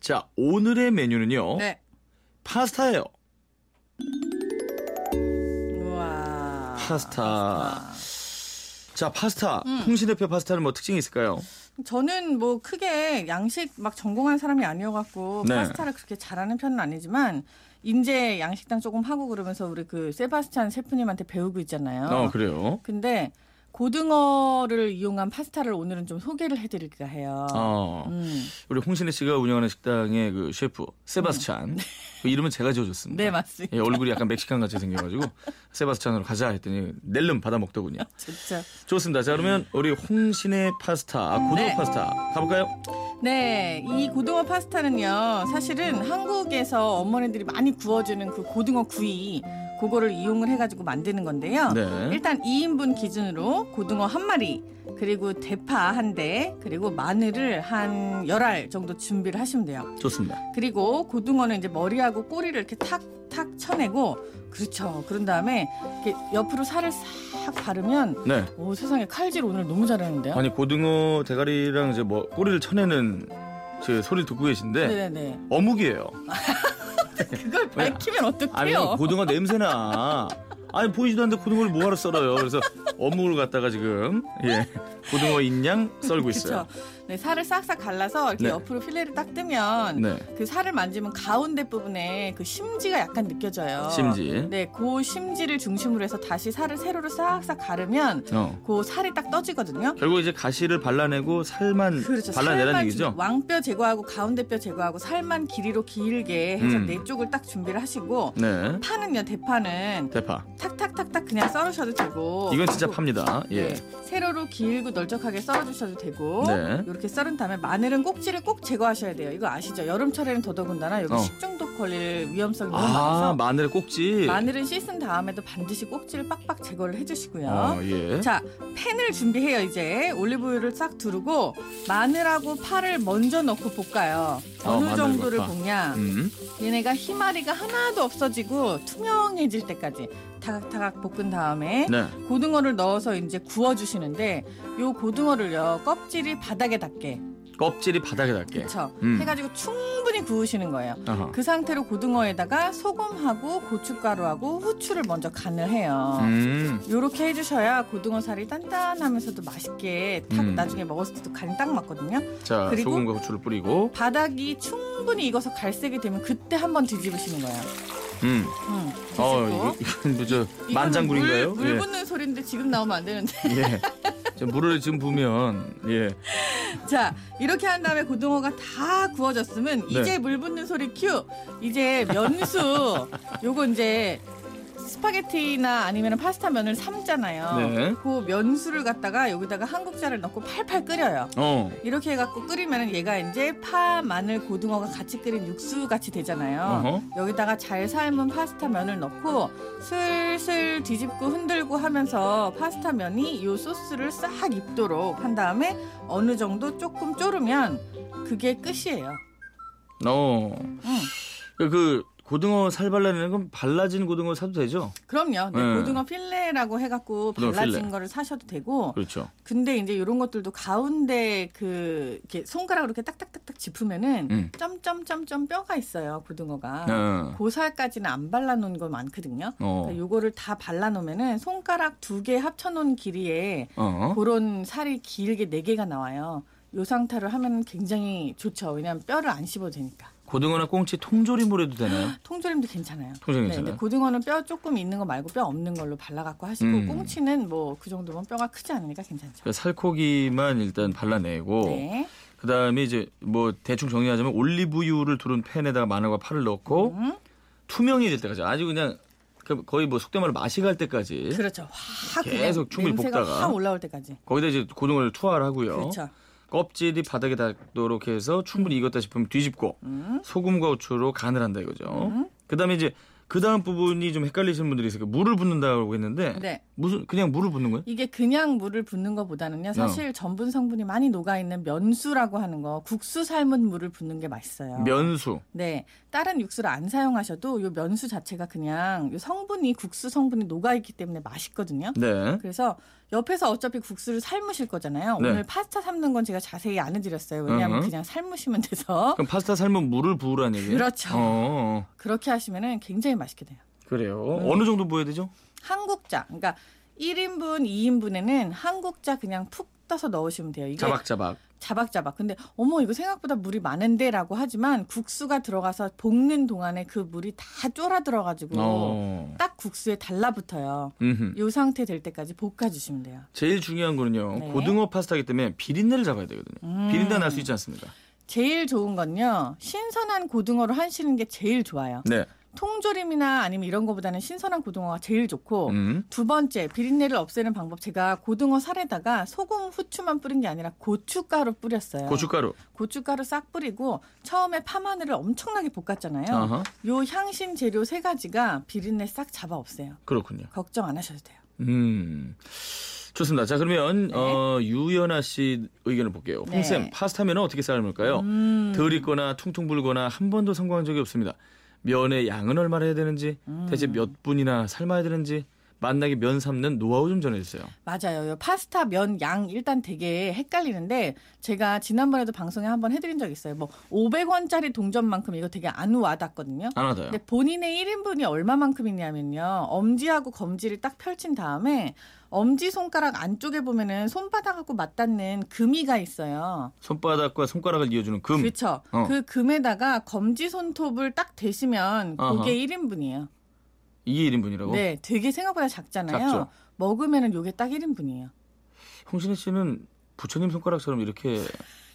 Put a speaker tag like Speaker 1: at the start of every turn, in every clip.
Speaker 1: 자, 오늘의 메뉴는요.
Speaker 2: 네.
Speaker 1: 파스타예요.
Speaker 2: 우와.
Speaker 1: 파스타. 자, 파스타.
Speaker 2: 음.
Speaker 1: 홍신대표 파스타는 뭐 특징이 있을까요?
Speaker 2: 저는 뭐 크게 양식 막 전공한 사람이 아니어갖고
Speaker 1: 네.
Speaker 2: 파스타를 그렇게 잘하는 편은 아니지만 이제 양식당 조금 하고 그러면서 우리 그 세바스찬 셰프님한테 배우고 있잖아요.
Speaker 1: 어, 그래요.
Speaker 2: 근데 고등어를 이용한 파스타를 오늘은 좀 소개를 해드릴까 해요.
Speaker 1: 어.
Speaker 2: 음.
Speaker 1: 우리 홍신혜 씨가 운영하는 식당의 그 셰프 세바스찬. 그 이름은 제가 지어줬습니다.
Speaker 2: 음. 네 맞습니다.
Speaker 1: 예, 얼굴이 약간 멕시칸 같이 생겨가지고 세바스찬으로 가자 했더니 낼름 받아 먹더군요.
Speaker 2: 진짜.
Speaker 1: 좋습니다. 자 그러면 우리 홍신의 파스타, 아, 고등어
Speaker 2: 음. 네.
Speaker 1: 파스타 가볼까요?
Speaker 2: 네, 이 고등어 파스타는요. 사실은 한국에서 어머니들이 많이 구워주는 그 고등어 구이 그거를 이용을 해가지고 만드는 건데요.
Speaker 1: 네.
Speaker 2: 일단 2인분 기준으로 고등어 한 마리, 그리고 대파 한 대, 그리고 마늘을 한 열 알 정도 준비를 하시면 돼요.
Speaker 1: 좋습니다.
Speaker 2: 그리고 고등어는 이제 머리하고 꼬리를 이렇게 탁탁 쳐내고, 그렇죠. 그런 다음에 이렇게 옆으로 살을 싹 바르면,
Speaker 1: 네.
Speaker 2: 오, 세상에 칼질 오늘 너무 잘하는데요?
Speaker 1: 아니 고등어 대가리랑 이제 뭐 꼬리를 쳐내는 제 소리를 듣고 계신데
Speaker 2: 네네네.
Speaker 1: 어묵이에요.
Speaker 2: 그걸 밝히면
Speaker 1: 아니
Speaker 2: 어떡해요?
Speaker 1: 고등어 냄새나. 아니 보이지도 않는데 고등어를 뭐하러 썰어요. 그래서 어묵을 갖다가 지금 예 고등어 인양 썰고 있어요.
Speaker 2: 그렇죠. 네, 살을 싹싹 갈라서 이렇게
Speaker 1: 네.
Speaker 2: 옆으로 필레를 딱 뜨면
Speaker 1: 네.
Speaker 2: 그 살을 만지면 가운데 부분에 그 심지가 약간 느껴져요.
Speaker 1: 심지.
Speaker 2: 네, 그 심지를 중심으로 해서 다시 살을 세로로 싹싹 가르면
Speaker 1: 어.
Speaker 2: 그 살이 딱 떠지거든요. 그렇죠.
Speaker 1: 결국 이제 가시를 발라내고 살만 음, 발라내라는
Speaker 2: 살만
Speaker 1: 얘기죠.
Speaker 2: 주- 왕뼈 제거하고 가운데 뼈 제거하고 살만 길이로 길게 해서
Speaker 1: 음.
Speaker 2: 네 쪽을 딱 준비를 하시고
Speaker 1: 네.
Speaker 2: 파는요 대파는
Speaker 1: 대파.
Speaker 2: 탁탁탁탁 그냥 썰으셔도 되고
Speaker 1: 이건 진짜
Speaker 2: 그리고-
Speaker 1: 팝니다. 예.
Speaker 2: 네, 세로로 길고 널쩍하게 썰어주셔도 되고
Speaker 1: 네.
Speaker 2: 이렇게 썰은 다음에 마늘은 꼭지를 꼭 제거하셔야 돼요. 이거 아시죠? 여름철에는 더더군다나 여기
Speaker 1: 어.
Speaker 2: 식중독 걸릴 위험성이 너무
Speaker 1: 아
Speaker 2: 많아서
Speaker 1: 마늘의 꼭지.
Speaker 2: 마늘은 씻은 다음에도 반드시 꼭지를 빡빡 제거를 해주시고요.
Speaker 1: 어, 예.
Speaker 2: 자, 팬을 준비해요, 이제. 올리브유를 싹 두르고, 마늘하고 파를 먼저 넣고 볶아요.
Speaker 1: 어,
Speaker 2: 어느
Speaker 1: 마늘과
Speaker 2: 정도를
Speaker 1: 파.
Speaker 2: 볶냐.
Speaker 1: 음.
Speaker 2: 얘네가 희마리가 하나도 없어지고, 투명해질 때까지 타각타각 볶은 다음에,
Speaker 1: 네.
Speaker 2: 고등어를 넣어서 이제 구워주시는데, 요 고등어를요, 껍질이 바닥에 닿게,
Speaker 1: 껍질이 바닥에 닿게.
Speaker 2: 그쵸?
Speaker 1: 음.
Speaker 2: 해가지고 충분히 구우시는 거예요.
Speaker 1: 아하.
Speaker 2: 그 상태로 고등어에다가 소금하고 고춧가루하고 후추를 먼저 간을 해요.
Speaker 1: 음.
Speaker 2: 요렇게 해주셔야 고등어 살이 단단하면서도 맛있게 탁
Speaker 1: 음.
Speaker 2: 나중에 먹었을 때도 간이 딱 맞거든요.
Speaker 1: 자
Speaker 2: 그리고-
Speaker 1: 소금과 후추를 뿌리고.
Speaker 2: 바닥이 충분히 익어서 갈색이 되면 그때 한번 뒤집으시는 거예요.
Speaker 1: 음.
Speaker 2: 음, 뒤집고.
Speaker 1: 어 이거 이건 뭐죠
Speaker 2: 이거는
Speaker 1: 만장굴인가요?
Speaker 2: 물, 물 붓는 소리인데 지금 나오면 안 되는데.
Speaker 1: 예. 예. 저 물을 지금 부면 예.
Speaker 2: 자, 이렇게 한 다음에 고등어가 다 구워졌으면
Speaker 1: 네.
Speaker 2: 이제 물 붓는 소리 큐. 이제 면수. 요거 이제 스파게티나 아니면 파스타 면을 삶잖아요.
Speaker 1: 네.
Speaker 2: 그 면수를 갖다가 여기다가 한국자를 넣고 팔팔 끓여요.
Speaker 1: 어.
Speaker 2: 이렇게 해갖고 끓이면 얘가 이제 파, 마늘, 고등어가 같이 끓인 육수 같이 되잖아요.
Speaker 1: 어허.
Speaker 2: 여기다가 잘 삶은 파스타 면을 넣고 슬슬 뒤집고 흔들고 하면서 파스타 면이 이 소스를 싹 입도록 한 다음에 어느 정도 조금 졸으면 그게 끝이에요.
Speaker 1: 어.
Speaker 2: 응.
Speaker 1: 그, 그 고등어 살 발라내는 건 발라진 고등어 사도 되죠?
Speaker 2: 그럼요. 네,
Speaker 1: 네.
Speaker 2: 고등어 필레라고 해갖고
Speaker 1: 고등어
Speaker 2: 발라진
Speaker 1: 필레.
Speaker 2: 거를 사셔도 되고
Speaker 1: 그렇죠.
Speaker 2: 근데 이제 이런 것들도 가운데 그 이렇게 손가락으로 이렇게 딱딱딱딱 짚으면은
Speaker 1: 음.
Speaker 2: 점점점점 뼈가 있어요 고등어가.
Speaker 1: 어.
Speaker 2: 고살까지는 안 발라놓은 거 많거든요.
Speaker 1: 어.
Speaker 2: 그러니까 요거를 다 발라놓으면은 손가락 두 개 합쳐놓은 길이에
Speaker 1: 어.
Speaker 2: 그런 살이 길게 네 개가 나와요. 요 상태로 하면 굉장히 좋죠. 왜냐하면 뼈를 안 씹어도 되니까.
Speaker 1: 고등어나 꽁치 통조림으로 해도 되나요?
Speaker 2: 통조림도 괜찮아요.
Speaker 1: 통조림
Speaker 2: 네, 근데
Speaker 1: 괜찮아요?
Speaker 2: 고등어는 뼈 조금 있는 거 말고 뼈 없는 걸로 발라갖고 하시고
Speaker 1: 음.
Speaker 2: 꽁치는 뭐 그 정도면 뼈가 크지 않으니까 괜찮죠.
Speaker 1: 그 살코기만 일단 발라내고
Speaker 2: 네.
Speaker 1: 그다음에 이제 뭐 대충 정리하자면 올리브유를 두른 팬에다가 마늘과 파를 넣고
Speaker 2: 음.
Speaker 1: 투명해질 때까지 아주 그냥 그 거의 뭐 속된 말로 맛이 갈 때까지
Speaker 2: 그렇죠. 확
Speaker 1: 예? 계속
Speaker 2: 그냥
Speaker 1: 충분히
Speaker 2: 냄새가
Speaker 1: 볶다가.
Speaker 2: 확 올라올 때까지.
Speaker 1: 거기다 이제 고등어를 투하를 하고요.
Speaker 2: 그렇죠.
Speaker 1: 껍질이 바닥에 닿도록 해서 충분히 익었다 싶으면 뒤집고
Speaker 2: 음.
Speaker 1: 소금과 후추로 간을 한다 이거죠. 그다음에 이제 그 다음 부분이 좀 헷갈리시는 분들이 있어요. 그 물을 붓는다고 했는데
Speaker 2: 네.
Speaker 1: 무슨 그냥 물을 붓는 거예요?
Speaker 2: 이게 그냥 물을 붓는
Speaker 1: 어.
Speaker 2: 것보다는요. 사실 전분 성분이 많이 녹아 있는 면수라고 하는 거, 국수 삶은 물을 붓는 게 맛있어요.
Speaker 1: 면수.
Speaker 2: 네. 다른 육수를 안 사용하셔도 요 면수 자체가 그냥 요 성분이 국수 성분이 녹아 있기 때문에 맛있거든요.
Speaker 1: 네.
Speaker 2: 그래서 옆에서 어차피 국수를 삶으실 거잖아요.
Speaker 1: 네.
Speaker 2: 오늘 파스타 삶는 건 제가 자세히 안 해드렸어요. 왜냐하면
Speaker 1: 음흠.
Speaker 2: 그냥 삶으시면 돼서
Speaker 1: 그럼 파스타 삶은 물을 부으라는 얘기예요?
Speaker 2: 그렇죠.
Speaker 1: 어, 어.
Speaker 2: 그렇게 하시면은 굉장히 맛있게 돼요.
Speaker 1: 그래요.
Speaker 2: 음.
Speaker 1: 어느 정도 부어야 되죠?
Speaker 2: 한국자, 그러니까 1인분, 2인분에는 한국자 그냥 푹 떠서 넣으시면 돼요. 이게
Speaker 1: 자박자박.
Speaker 2: 자박자박. 근데 어머 이거 생각보다 물이 많은데라고 하지만 국수가 들어가서 볶는 동안에 그 물이 다 쫄아 들어가지고
Speaker 1: 어.
Speaker 2: 딱 국수에 달라붙어요.
Speaker 1: 음흠.
Speaker 2: 요 상태 될 때까지 볶아주시면 돼요.
Speaker 1: 제일 중요한 거는요.
Speaker 2: 네.
Speaker 1: 고등어 파스타기 때문에 비린내를 잡아야 되거든요.
Speaker 2: 음.
Speaker 1: 비린내 날 수 있지 않습니까?
Speaker 2: 제일 좋은 건요. 신선한 고등어로 하시는 게 제일 좋아요.
Speaker 1: 네.
Speaker 2: 통조림이나 아니면 이런 거보다는 신선한 고등어가 제일 좋고
Speaker 1: 음.
Speaker 2: 두 번째 비린내를 없애는 방법 제가 고등어 살에다가 소금 후추만 뿌린 게 아니라 고춧가루 뿌렸어요.
Speaker 1: 고춧가루.
Speaker 2: 가루싹 뿌리고 처음에 파마늘을 엄청나게 볶았잖아요.
Speaker 1: 아하.
Speaker 2: 요 향신 재료 세 가지가 비린내 싹 잡아 없애요.
Speaker 1: 그렇군요.
Speaker 2: 걱정 안 하셔도 돼요.
Speaker 1: 음. 좋습니다. 자, 그러면
Speaker 2: 네.
Speaker 1: 어, 유연아 씨 의견을 볼게요.
Speaker 2: 네.
Speaker 1: 홍쌤, 파스타면은 어떻게 삶을까요?
Speaker 2: 음.
Speaker 1: 덜 익거나 퉁퉁 불거나 한 번도 성공한 적이 없습니다. 면의 양은 얼마나 해야 되는지,
Speaker 2: 음.
Speaker 1: 대체 몇 분이나 삶아야 되는지, 만나게 면 삶는 노하우 좀 전해주세요.
Speaker 2: 맞아요. 요 파스타 면 양 일단 되게 헷갈리는데 제가 지난번에도 방송에 한번 해드린 적 있어요. 뭐 500원짜리 동전만큼 이거 되게 안 와닿거든요.
Speaker 1: 안 하다요.
Speaker 2: 근데 본인의 1인분이 얼마만큼이냐면요. 엄지하고 검지를 딱 펼친 다음에 엄지 손가락 안쪽에 보면은 손바닥하고 맞닿는 금이가 있어요.
Speaker 1: 손바닥과 손가락을 이어주는 금.
Speaker 2: 그렇죠.
Speaker 1: 어.
Speaker 2: 그 금에다가 검지 손톱을 딱 대시면
Speaker 1: 아하.
Speaker 2: 그게 1인분이에요.
Speaker 1: 이게 1인분이라고?
Speaker 2: 네, 되게 생각보다 작잖아요.
Speaker 1: 작죠.
Speaker 2: 먹으면은 요게 딱 1인분이에요.
Speaker 1: 홍신혜 씨는 부처님 손가락처럼 이렇게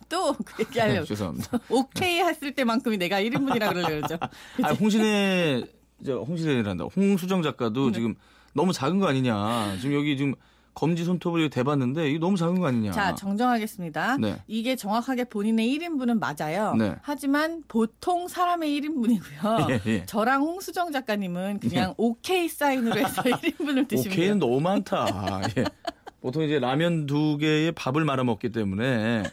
Speaker 2: 또 그 얘기하려고
Speaker 1: 네, 죄송합니다. 네.
Speaker 2: 오케이 했을 때만큼이 내가 1인분이라 그러려고 그러죠.
Speaker 1: 아, 홍신혜 저 홍신혜란다. 홍수정
Speaker 2: 네.
Speaker 1: 작가도 지금 너무 작은 거 아니냐. 지금 여기 지금 검지 손톱을 이렇게 대봤는데 이게 너무 작은 거 아니냐.
Speaker 2: 자, 정정하겠습니다.
Speaker 1: 네.
Speaker 2: 이게 정확하게 본인의 1인분은 맞아요.
Speaker 1: 네.
Speaker 2: 하지만 보통 사람의 1인분이고요.
Speaker 1: 예, 예.
Speaker 2: 저랑 홍수정 작가님은 그냥 오케이 사인으로 해서 1인분을 드시면 돼요.
Speaker 1: 오케이는 너무 많다. 아, 예. 보통 이제 라면 두 개에 밥을 말아 먹기 때문에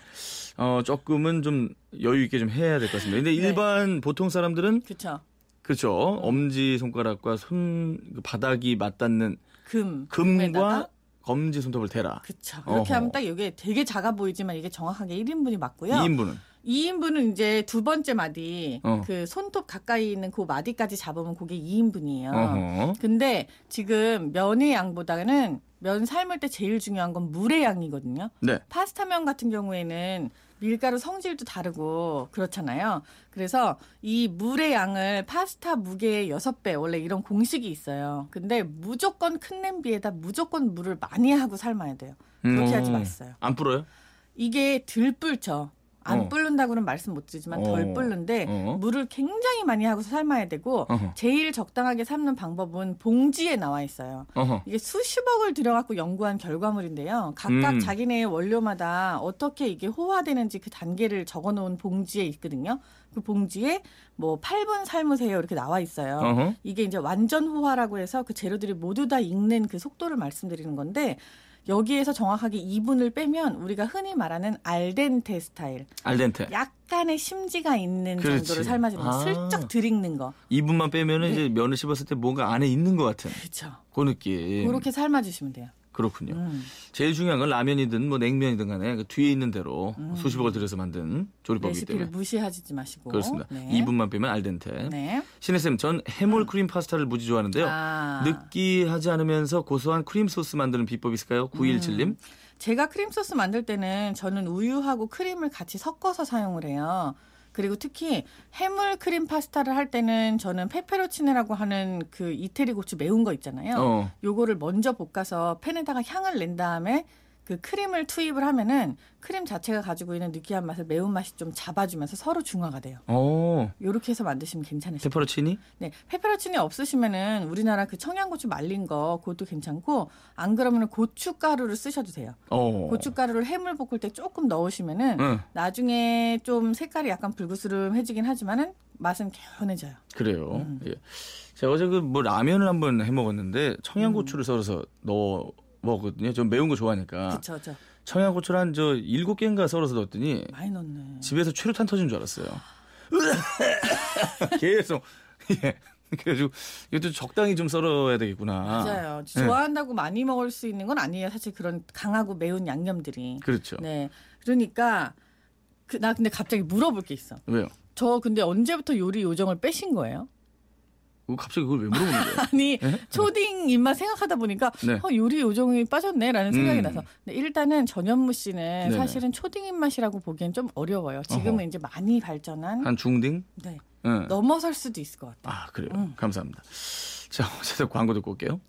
Speaker 1: 어 조금은 좀 여유 있게 좀 해야 될 것 같습니다.
Speaker 2: 네.
Speaker 1: 근데 일반 보통 사람들은
Speaker 2: 그렇죠.
Speaker 1: 그렇죠. 엄지 손가락과 손 그 바닥이 맞닿는
Speaker 2: 금.
Speaker 1: 금과 검지 손톱을 대라.
Speaker 2: 그렇죠. 이렇게
Speaker 1: 어허.
Speaker 2: 하면 딱 이게 되게 작아 보이지만 이게 정확하게 1인분이
Speaker 1: 이
Speaker 2: 맞고요.
Speaker 1: 2인분은
Speaker 2: 2인분은 이제 두 번째 마디
Speaker 1: 어.
Speaker 2: 그 손톱 가까이 있는 그 마디까지 잡으면 그게 2인분이에요.
Speaker 1: 어허.
Speaker 2: 근데 지금 면의 양보다는 면 삶을 때 제일 중요한 건 물의 양이거든요.
Speaker 1: 네.
Speaker 2: 파스타면 같은 경우에는 밀가루 성질도 다르고 그렇잖아요. 그래서 이 물의 양을 파스타 무게의 6배 원래 이런 공식이 있어요. 근데 무조건 큰 냄비에다 무조건 물을 많이 하고 삶아야 돼요. 그렇게 하지
Speaker 1: 음.
Speaker 2: 마세요.
Speaker 1: 안 불어요?
Speaker 2: 이게 덜 불죠. 안
Speaker 1: 어.
Speaker 2: 불른다고는 말씀 못 드리지만 덜
Speaker 1: 어.
Speaker 2: 불른데
Speaker 1: 어.
Speaker 2: 물을 굉장히 많이 하고 삶아야 되고
Speaker 1: 어허.
Speaker 2: 제일 적당하게 삶는 방법은 봉지에 나와 있어요.
Speaker 1: 어허.
Speaker 2: 이게 수십억을 들여갖고 연구한 결과물인데요. 각각
Speaker 1: 음.
Speaker 2: 자기네의 원료마다 어떻게 이게 호화되는지 그 단계를 적어놓은 봉지에 있거든요. 그 봉지에 뭐 8분 삶으세요 이렇게 나와 있어요.
Speaker 1: 어허.
Speaker 2: 이게 이제 완전 호화라고 해서 그 재료들이 모두 다 익는 그 속도를 말씀드리는 건데 여기에서 정확하게 2분을 빼면 우리가 흔히 말하는 알덴테 스타일,
Speaker 1: 알덴테.
Speaker 2: 네. 약간의 심지가 있는
Speaker 1: 네. 그렇지.
Speaker 2: 정도로 삶아주는 거,
Speaker 1: 아.
Speaker 2: 슬쩍 들익는 거.
Speaker 1: 2분만 빼면은
Speaker 2: 네.
Speaker 1: 이제 면을 씹었을 때 뭔가 안에 있는 것 같은
Speaker 2: 그렇죠.
Speaker 1: 그 느낌.
Speaker 2: 그렇게 삶아주시면 돼요.
Speaker 1: 그렇군요.
Speaker 2: 음.
Speaker 1: 제일 중요한 건 라면이든 뭐 냉면이든 간에 그 뒤에 있는 대로
Speaker 2: 음.
Speaker 1: 수십억을 들여서 만든 그 조리법이기
Speaker 2: 레시피를
Speaker 1: 때문에
Speaker 2: 무시하지 마시고.
Speaker 1: 그렇습니다.
Speaker 2: 네.
Speaker 1: 2분만 빼면 알덴테.
Speaker 2: 네.
Speaker 1: 신혜쌤, 전 해물 크림 파스타를 무지 좋아하는데요.
Speaker 2: 아,
Speaker 1: 네. 느끼하지 않으면서 고소한 크림 소스 만드는 비법이 있을까요? 917님.
Speaker 2: 제가 크림 소스 만들 때는 저는 우유하고 크림을 같이 섞어서 사용을 해요. 그리고 특히 해물 크림 파스타를 할 때는 저는 페페로치네라고 하는 그 음. 이태리 고추 매운 거 있잖아요.
Speaker 1: 어.
Speaker 2: 요거를 먼저 볶아서 팬에다가 향을 낸 다음에 그 크림을 투입을 하면은 크림 자체가 가지고 있는 느끼한 맛을 매운 맛이 좀 잡아주면서 서로 중화가 돼요.
Speaker 1: 어.
Speaker 2: 요렇게 해서 만드시면 괜찮으세요.
Speaker 1: 페퍼로치니?
Speaker 2: 네, 페페로치니 없으시면은 우리나라 그 청양고추 말린 거 그것도 괜찮고 안 그러면은 고춧가루를 쓰셔도 돼요.
Speaker 1: 어.
Speaker 2: 고춧가루를 해물 볶을 때 조금 넣으시면은
Speaker 1: 응.
Speaker 2: 나중에 좀 색깔이 약간 불그스름해지긴 하지만은 맛은 개운해져요.
Speaker 1: 그래요.
Speaker 2: 음.
Speaker 1: 예. 제가 어제 그 뭐 라면을 한번 해 먹었는데 청양고추를 썰어서 넣어 먹었거든요. 좀 매운 거 좋아하니까.
Speaker 2: 음. 그쵸, 저
Speaker 1: 청양고추를 한 저 일곱 개인가 썰어서 넣었더니
Speaker 2: 많이 넣네.
Speaker 1: 집에서 최루탄 터진 줄 알았어요. 계속 예. 그래가지고 이것도 적당히 좀 썰어야 되겠구나.
Speaker 2: 맞아요.
Speaker 1: 예.
Speaker 2: 좋아한다고 많이 먹을 수 있는 건 아니에요. 사실 그런 강하고 매운 양념들이.
Speaker 1: 그렇죠.
Speaker 2: 네. 그러니까 그, 나 근데 갑자기 물어볼 게 있어.
Speaker 1: 왜요?
Speaker 2: 저 근데 언제부터 요리 요정을 빼신 거예요?
Speaker 1: 어, 갑자기 그걸 왜 물어보는 거예요?
Speaker 2: 아니
Speaker 1: 네?
Speaker 2: 초딩 입맛 생각하다 보니까
Speaker 1: 네.
Speaker 2: 어, 요리 요정이 빠졌네라는 생각이
Speaker 1: 음.
Speaker 2: 나서 근데 일단은 전현무 씨는
Speaker 1: 네네.
Speaker 2: 사실은 초딩 입맛이라고 보기엔 좀 어려워요. 지금은
Speaker 1: 어허.
Speaker 2: 이제 많이 발전한
Speaker 1: 한 중딩?
Speaker 2: 네,
Speaker 1: 응.
Speaker 2: 넘어설 수도 있을 것 같아요.
Speaker 1: 아 그래요.
Speaker 2: 음.
Speaker 1: 감사합니다. 자 어쨌든 광고 듣고 올게요.